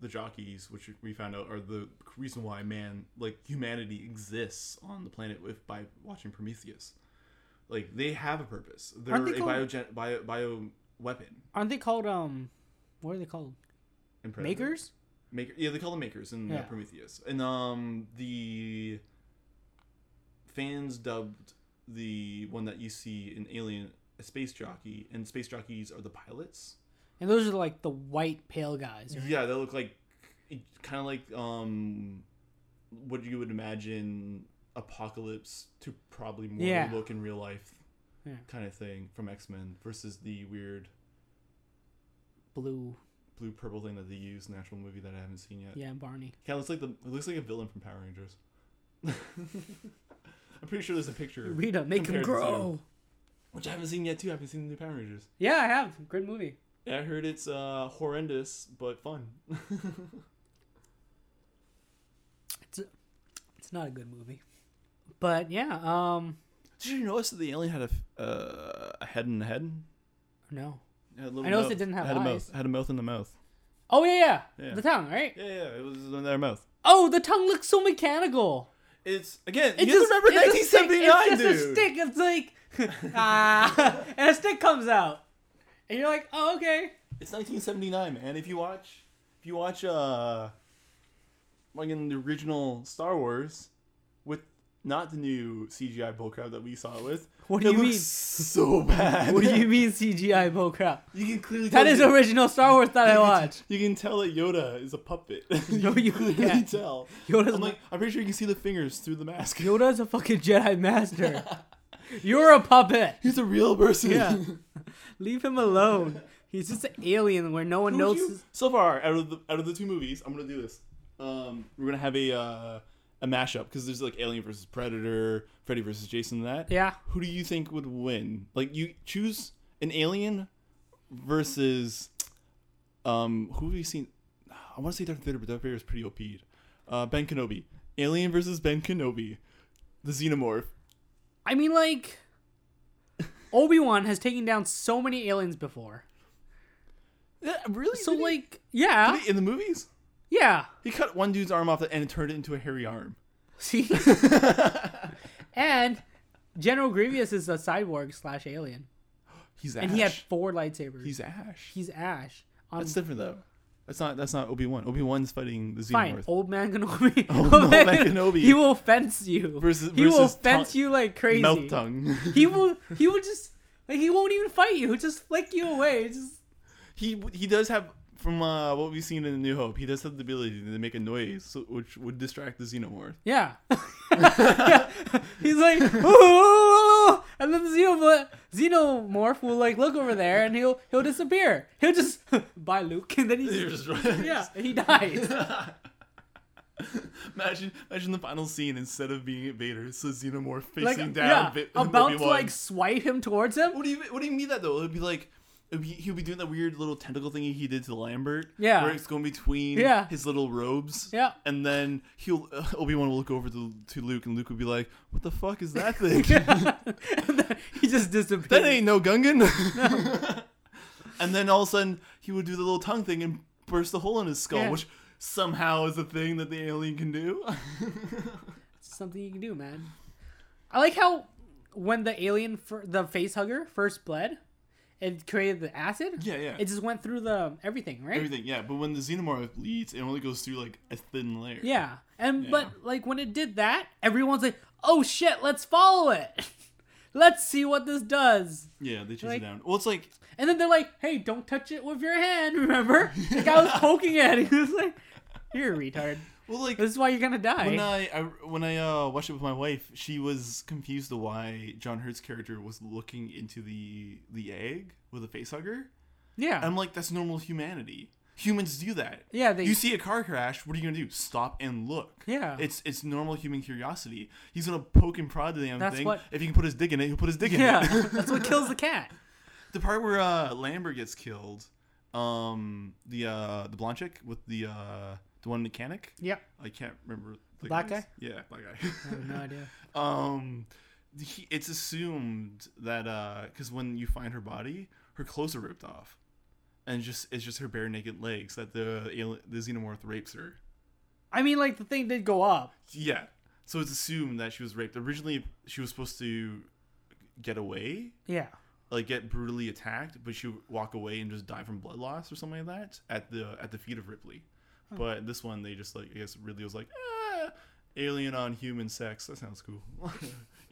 B: the jockeys, which we found out are the reason why man, like humanity, exists on the planet with by watching Prometheus. Like they have a purpose. They're
A: Aren't they
B: a
A: called-
B: biogen bio bio weapon.
A: Aren't they called um what are they called?
B: in Predator.
A: Makers?
B: Maker. Yeah, they call them makers in uh,
A: Yeah.
B: Prometheus, and um the fans dubbed the one that you see in Alien a space jockey, and space jockeys are the pilots.
A: And those are like the white pale guys. right?
B: Yeah, they look like kind of like um what you would imagine apocalypse to probably more
A: Yeah.
B: look in real life
A: Yeah.
B: kind of thing from X-Men versus the weird
A: Blue.
B: blue purple thing that they use in the actual movie that I haven't seen yet.
A: Yeah, Barney.
B: Kind of looks like the it looks like a villain from Power Rangers. (laughs) I'm pretty sure there's a picture
A: Rita, make him
B: Compared to Zero.
A: grow.
B: which I haven't seen yet too. I haven't seen the new Power Rangers.
A: Yeah, I have. Good movie.
B: Yeah, I heard it's uh horrendous but fun. (laughs)
A: It's not a good movie. But yeah, um
B: Did you notice that the alien had a f- uh, a head and a head?
A: no.
B: Had a little
A: I noticed
B: mouth-
A: it didn't have
B: had a
A: eyes.
B: mouth. Had a mouth and a mouth.
A: Oh yeah, yeah.
B: Yeah.
A: The tongue, right?
B: Yeah, yeah, it was in their mouth.
A: Oh, the tongue looks so mechanical.
B: It's again.
A: It's
B: you
A: just,
B: remember
A: it's a stick-
B: 1979,
A: It's just a
B: dude.
A: stick. It's
B: (laughs)
A: like ah, and a stick comes out, and you're like, oh okay.
B: It's 1979, man. If you watch, if you watch, uh, like in the original Star Wars, with not the new CGI bullcrap that we saw it with.
A: (laughs) What
B: it
A: do you
B: looks
A: mean?
B: So
A: (laughs)
B: bad.
A: What do you mean CGI bullcrap?
B: (laughs) You can clearly
A: That
B: tell
A: is
B: you-
A: original Star Wars that I
B: (laughs) you can-
A: watch.
B: You can tell that Yoda is a puppet. (laughs)
A: (laughs) No, you
B: clearly
A: can't. (laughs)
B: tell.
A: Yoda's
B: I'm
A: ma-
B: like, I'm pretty sure you can see the fingers through the mask.
A: Yoda's a fucking Jedi master. You're a puppet.
B: (laughs) He's a real person.
A: Yeah.
B: (laughs)
A: Leave him alone. He's just an alien where no one
B: Who
A: knows.
B: would you-
A: his-
B: so far out of the out of the two movies i'm gonna do this um we're gonna have a uh a mashup because there's like alien versus predator freddy versus jason and that
A: Yeah.
B: who do you think would win like you choose an alien versus um who have you seen i want to say darth vader but darth vader is pretty op'd uh ben kenobi alien versus ben kenobi the xenomorph
A: I mean,
B: (laughs)
A: like, Obi Wan has taken down so many aliens before.
B: yeah, Uh, really
A: So,
B: Did he-
A: like, yeah.
B: did he- in the movies
A: Yeah.
B: he cut one dude's arm off and it turned it into a hairy arm (laughs)
A: See? and General Grievous is a cyborg slash alien.
B: he's ash
A: And he had four lightsabers.
B: he's ash
A: He's Ash. I'm
B: that's different though. That's not that's not Obi Wan. Obi Wan's fighting the
A: fine.
B: Xenomorph
A: Old man Kenobi.
B: (laughs) Old Man Kenobi.
A: He will fence you.
B: versus
A: he will
B: versus
A: fence
B: tongue-
A: you like crazy.
B: mouth tongue.
A: He will. He will just like he won't even fight you. He'll Just flick you away. Just
B: (laughs) he he does have from uh, what we've seen in the New Hope. He does have the ability to make a noise so, which would distract the Xenomorph. (laughs)
A: yeah. Yeah. He's like, "Ooh!" and then the xenomorph, xenomorph will like look over there, and he'll he'll disappear. He'll just (laughs) bye Luke, and then
B: You're
A: he's
B: just
A: yeah, (laughs) he dies.
B: imagine imagine the final scene instead of being at Vader, it's the Xenomorph
A: Like
B: facing down.
A: yeah,
B: Vi-
A: about to
B: Obi-Wan.
A: like swipe him towards him.
B: (laughs)
A: (laughs)
B: What do you What do you mean that though? It'd be like. it'd be- He'll be doing that weird little tentacle thingy he did to Lambert.
A: Yeah.
B: Where it's going between
A: Yeah.
B: his little robes.
A: Yeah.
B: And then he'll (laughs) uh, Obi Wan will look over to, to Luke, and Luke will be like, "What the fuck is
A: (laughs)
B: that thing?
A: And then he just disappears.
B: (laughs) that ain't no Gungan." (laughs) and then all of a sudden he would do the little tongue thing and burst a hole in his skull,
A: Yeah.
B: which somehow is a thing that the alien can do. (laughs)
A: something you can do, man. I like how when the alien, fir- the face hugger, first bled, it created the acid.
B: Yeah, yeah.
A: It just went through the everything, right?
B: Everything, yeah. But when the xenomorph bleeds, it only goes through like a thin layer.
A: Yeah, and
B: Yeah.
A: but like when it did that, everyone's like, "Oh shit, let's follow it. (laughs) let's see what this does."
B: Yeah, they chase
A: Like-
B: it down. Well, it's like
A: And then they're like, "Hey, don't touch it with your hand." (laughs) Remember, the guy was poking at it. (laughs) He was like, "You're a retard.
B: well, like
A: This is why you're gonna die."
B: when I, I when I uh, watched it with my wife, she was confused to why John Hurt's character was looking into the the egg with a facehugger.
A: yeah,
B: I'm like, that's normal humanity. Humans do that.
A: yeah, they
B: You see a car crash, what are you gonna do? Stop and look.
A: Yeah.
B: It's it's normal human curiosity. He's gonna poke and prod the damn
A: That's
B: thing.
A: what-
B: If he can put his dick in it, he'll put his dick
A: (laughs)
B: in
A: yeah. (laughs)
B: it.
A: That's what kills the cat.
B: (laughs) the part where uh Lambert gets killed, um the uh the blonde chick with the uh the one mechanic.
A: Yeah,
B: I can't remember the
A: Black
B: guy's-
A: guy?
B: Yeah, black
A: I have no
B: guy.
A: idea.
B: um he, it's assumed that uh because when you find her body, her clothes are ripped off. And just it's just her bare naked legs that the ali- the xenomorph rapes her.
A: I mean, like the thing did go up.
B: Yeah. So it's assumed that she was raped. Originally, she was supposed to get away,
A: Yeah.
B: like get brutally attacked, but she would walk away and just die from blood loss or something like that at the at the feet of Ripley. But this one, they just like I guess Ridley was like, ah, alien on human sex. That sounds cool.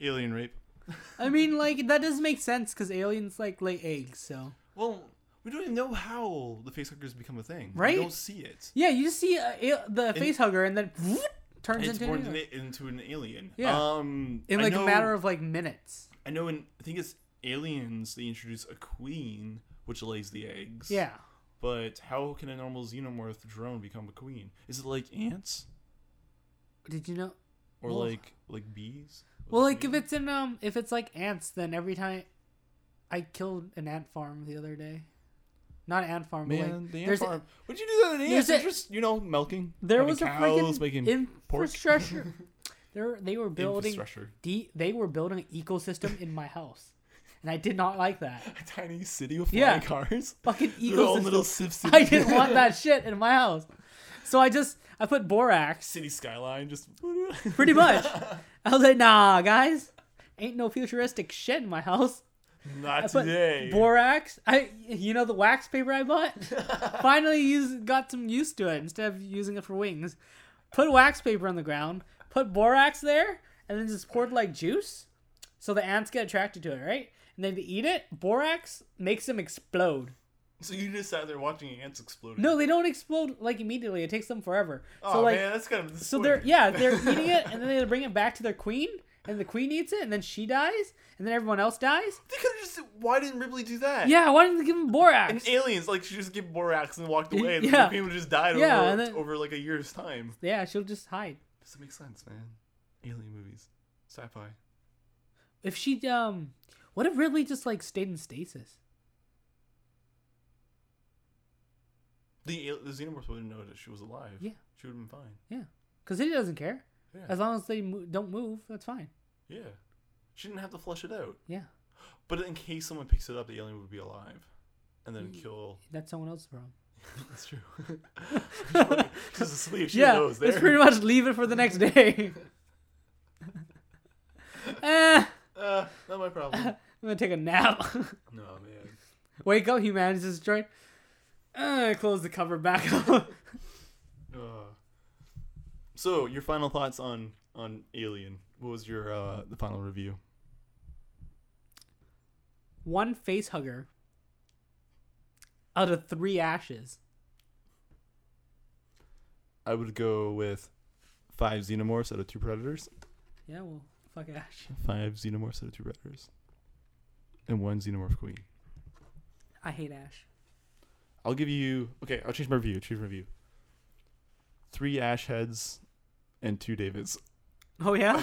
B: alien rape.
A: I mean, like that doesn't make sense because aliens like lay eggs. So
B: Well, we don't even know how the facehuggers become a thing.
A: Right?
B: We don't see it.
A: yeah, you just see a, a, the face hugger and then (laughs) turns
B: It's
A: into,
B: born
A: an alien.
B: into an alien.
A: Yeah.
B: Um,
A: in
B: I
A: like a
B: know-
A: matter of like minutes.
B: I know in I think it's Aliens they introduce a queen which lays the eggs.
A: Yeah.
B: But how can a normal xenomorph drone become a queen? Is it like ants
A: Did you know?
B: or
A: Well-
B: like like bees?
A: Well, like if it's in um, if it's like ants, then every time I killed an ant farm the other day, not an ant farm, but
B: man,
A: like
B: the ant
A: there's a-
B: farm. Would you do that in
A: there's
B: ants? You're
A: a-
B: just you know milking.
A: there
B: having
A: was a freaking
B: cows, making pork.
A: infrastructure.
B: (laughs)
A: there they were building
B: infrastructure,
A: de- they were building an ecosystem in my house, and I did not like
B: (laughs)
A: that.
B: (laughs) a tiny city with
A: Yeah.
B: flying cars.
A: Fucking
B: They're all little
A: ecosystem. (laughs)
B: sif
A: I
B: cities.
A: didn't want that shit in my house, so I just I put borax
B: (laughs) city skyline. Just
A: Pretty much. I was like, nah, guys, ain't no futuristic shit in my house.
B: not
A: But
B: today.
A: borax, I you know the wax paper I bought.
B: (laughs)
A: Finally, used got some use to it instead of using it for wings. Put wax paper on the ground, put borax there, and then just poured like juice, so the ants get attracted to it, right? And then they eat it. Borax makes them explode.
B: so you just sat there watching ants exploding.
A: No, they don't explode like immediately. It takes them forever.
B: Oh
A: so like,
B: man, that's kind of
A: So they're yeah, they're eating it, and then they bring it back to their queen, and the queen eats it, and then she dies, and then everyone else dies.
B: They could have just. Why didn't Ripley do that?
A: Yeah, why didn't they give him
B: And
A: borax?
B: aliens, like, she just gave borax and walked away, and
A: Yeah.
B: the people just died
A: Yeah,
B: over,
A: and then-
B: over like a year's time.
A: Yeah, she'll just hide.
B: Does it make sense, man? Alien movies, sci-fi.
A: If she um, what if Ridley just like stayed in stasis?
B: The al- the xenomorph wouldn't know that she was alive.
A: Yeah.
B: she would have been fine.
A: Yeah, because he doesn't care.
B: Yeah,
A: As long as they mo- don't move, that's fine.
B: yeah. She didn't have to flush it out.
A: Yeah,
B: But in case someone picks it up, the alien would be alive, and then
A: Ye-
B: kill.
A: that's someone else's problem. (laughs)
B: That's true. She's asleep. She
A: yeah,
B: knows.
A: let's
B: There.
A: pretty much leave it for the next day. (laughs) eh, I'm
B: uh, not my
A: (laughs)
B: problem.
A: gonna take a nap. (laughs)
B: no man.
A: Wake up, humanity's destroyed. Uh, I closed the cover back (laughs) up.
B: Uh. so your final thoughts on on Alien? What was your uh, the final review?
A: One face hugger out of three ashes.
B: I would go with five xenomorphs out of two predators.
A: Yeah, well, fuck ash.
B: Five xenomorphs out of two predators. And one xenomorph queen.
A: I hate ash.
B: I'll give you okay. I'll change my review. Change my review. Three ash heads, and two Davids.
A: Oh yeah, (laughs)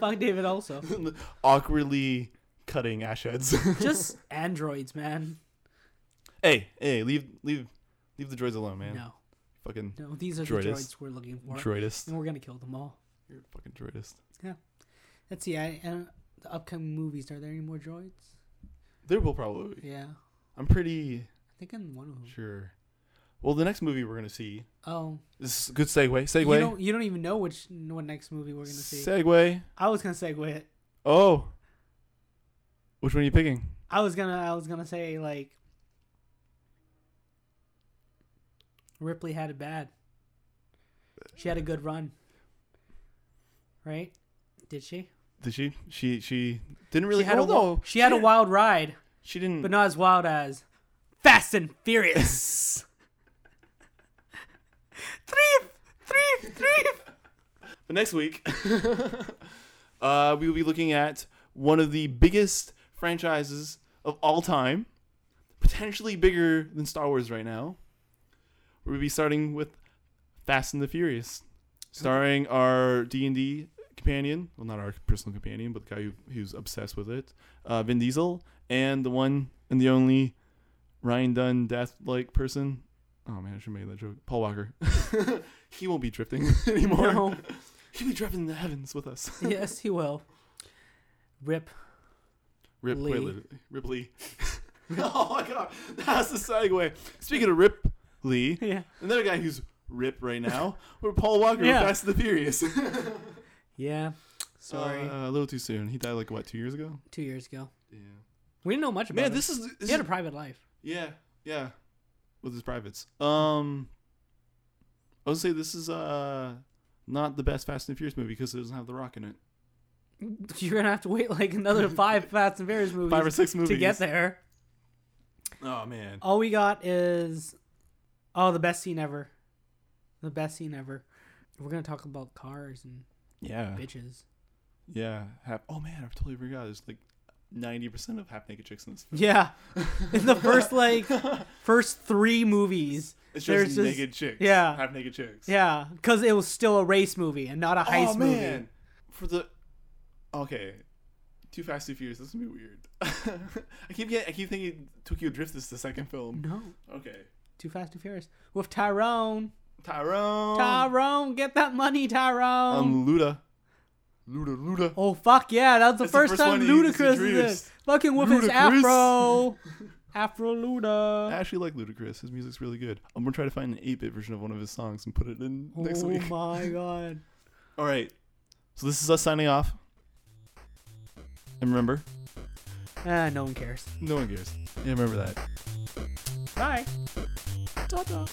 A: fuck David also.
B: (laughs) Awkwardly cutting ash heads.
A: Just (laughs) androids, man.
B: hey, hey, leave, leave, leave the droids alone, man.
A: No,
B: Fucking
A: no, these are the
B: Droidus.
A: droids we're looking for,
B: droidist.
A: and we're gonna kill them all.
B: You're a fucking droidist.
A: Let's see. I, I don't, the upcoming movies. Are there any more droids?
B: There will probably.
A: Yeah, I
B: I'm pretty
A: think in one of them.
B: sure. Well, the next movie we're gonna see.
A: Oh,
B: This is a good segue.
A: you
B: Segue.
A: don't you don't even know which what next movie we're gonna see.
B: Segue.
A: I was gonna segue it.
B: Oh. Which one are you picking?
A: I was gonna I was gonna say like Ripley had it bad. She had a good run. Right? Did she?
B: Did she? She she didn't really.
A: she had
B: oh,
A: a
B: no.
A: wi- she had a
B: didn't-
A: wild ride,
B: She didn't.
A: Hmm. but not as wild as Fast and
B: (laughs)
A: Furious. Three, three, three.
B: But next week, (laughs) uh, we will be looking at one of the biggest franchises of all time, potentially bigger than Star Wars right now. We'll be starting with Fast and the Furious, starring our D and D companion, well, not our personal companion, but the guy who, who's obsessed with it, uh, Vin Diesel, and the one and the only Ryan Dunn death-like person. Oh man, I should have made that joke. Paul Walker. (laughs) he won't be drifting (laughs) anymore.
A: No.
B: He'll be driving in the heavens with us.
A: yes, he will. Rip.
B: (laughs) Rip,
A: Lee.
B: wait, li- (laughs) Ripley. oh my god, that's the segue. Speaking of Rip
A: (laughs)
B: Lee,
A: Yeah.
B: another guy who's Rip right now, we're Paul Walker
A: Yeah.
B: from Fast and
A: (laughs)
B: the Furious.
A: Yeah. Sorry.
B: Uh, a little too soon. He died like what two years ago.
A: Two years ago.
B: Yeah.
A: We didn't know much about
B: Man,
A: him.
B: this is this
A: he had a
B: is-
A: private life.
B: yeah yeah with his privates. Um, I would say this is uh not the best Fast and Furious movie because it doesn't have The Rock in it.
A: You're gonna have to wait like
B: (laughs)
A: another five Fast and Furious movies
B: Five or six movies
A: to get there.
B: Oh man.
A: All we got is oh the best scene ever, the best scene ever. We're gonna talk about cars and
B: Yeah.
A: bitches.
B: Yeah. Half, oh man, I totally forgot. There's like ninety percent of half naked chicks in this. (laughs)
A: Yeah, in the first like first three movies.
B: It's
A: There's
B: just
A: just-
B: naked chicks.
A: yeah.
B: Half naked chicks.
A: Yeah, because it was still a race movie and not a
B: Oh
A: heist
B: man.
A: movie.
B: For the okay, Too Fast Too Furious. This is gonna be weird. (laughs) I keep getting, I keep thinking Tokyo Drift is the second film.
A: No,
B: Okay.
A: Too Fast Too Furious with Tyrone.
B: Tyrone.
A: Tyrone, get that money, Tyrone.
B: Um, Luda. Luda. Luda.
A: Oh fuck yeah! That was the,
B: That's the
A: first,
B: first
A: time
B: one he was
A: Ludacris did it.
B: introduced.
A: Fucking with his
B: Ludacris.
A: afro,
B: (laughs)
A: afro
B: I
A: Luda.
B: actually like Ludacris. His music's really good. I'm gonna try to find an 8-bit version of one of his songs and put it in next
A: oh
B: week.
A: my god!
B: All right. So this is us signing off. And remember,
A: Ah, no one cares.
B: no one cares. Yeah, remember that.
A: Bye.
B: Ta-ta.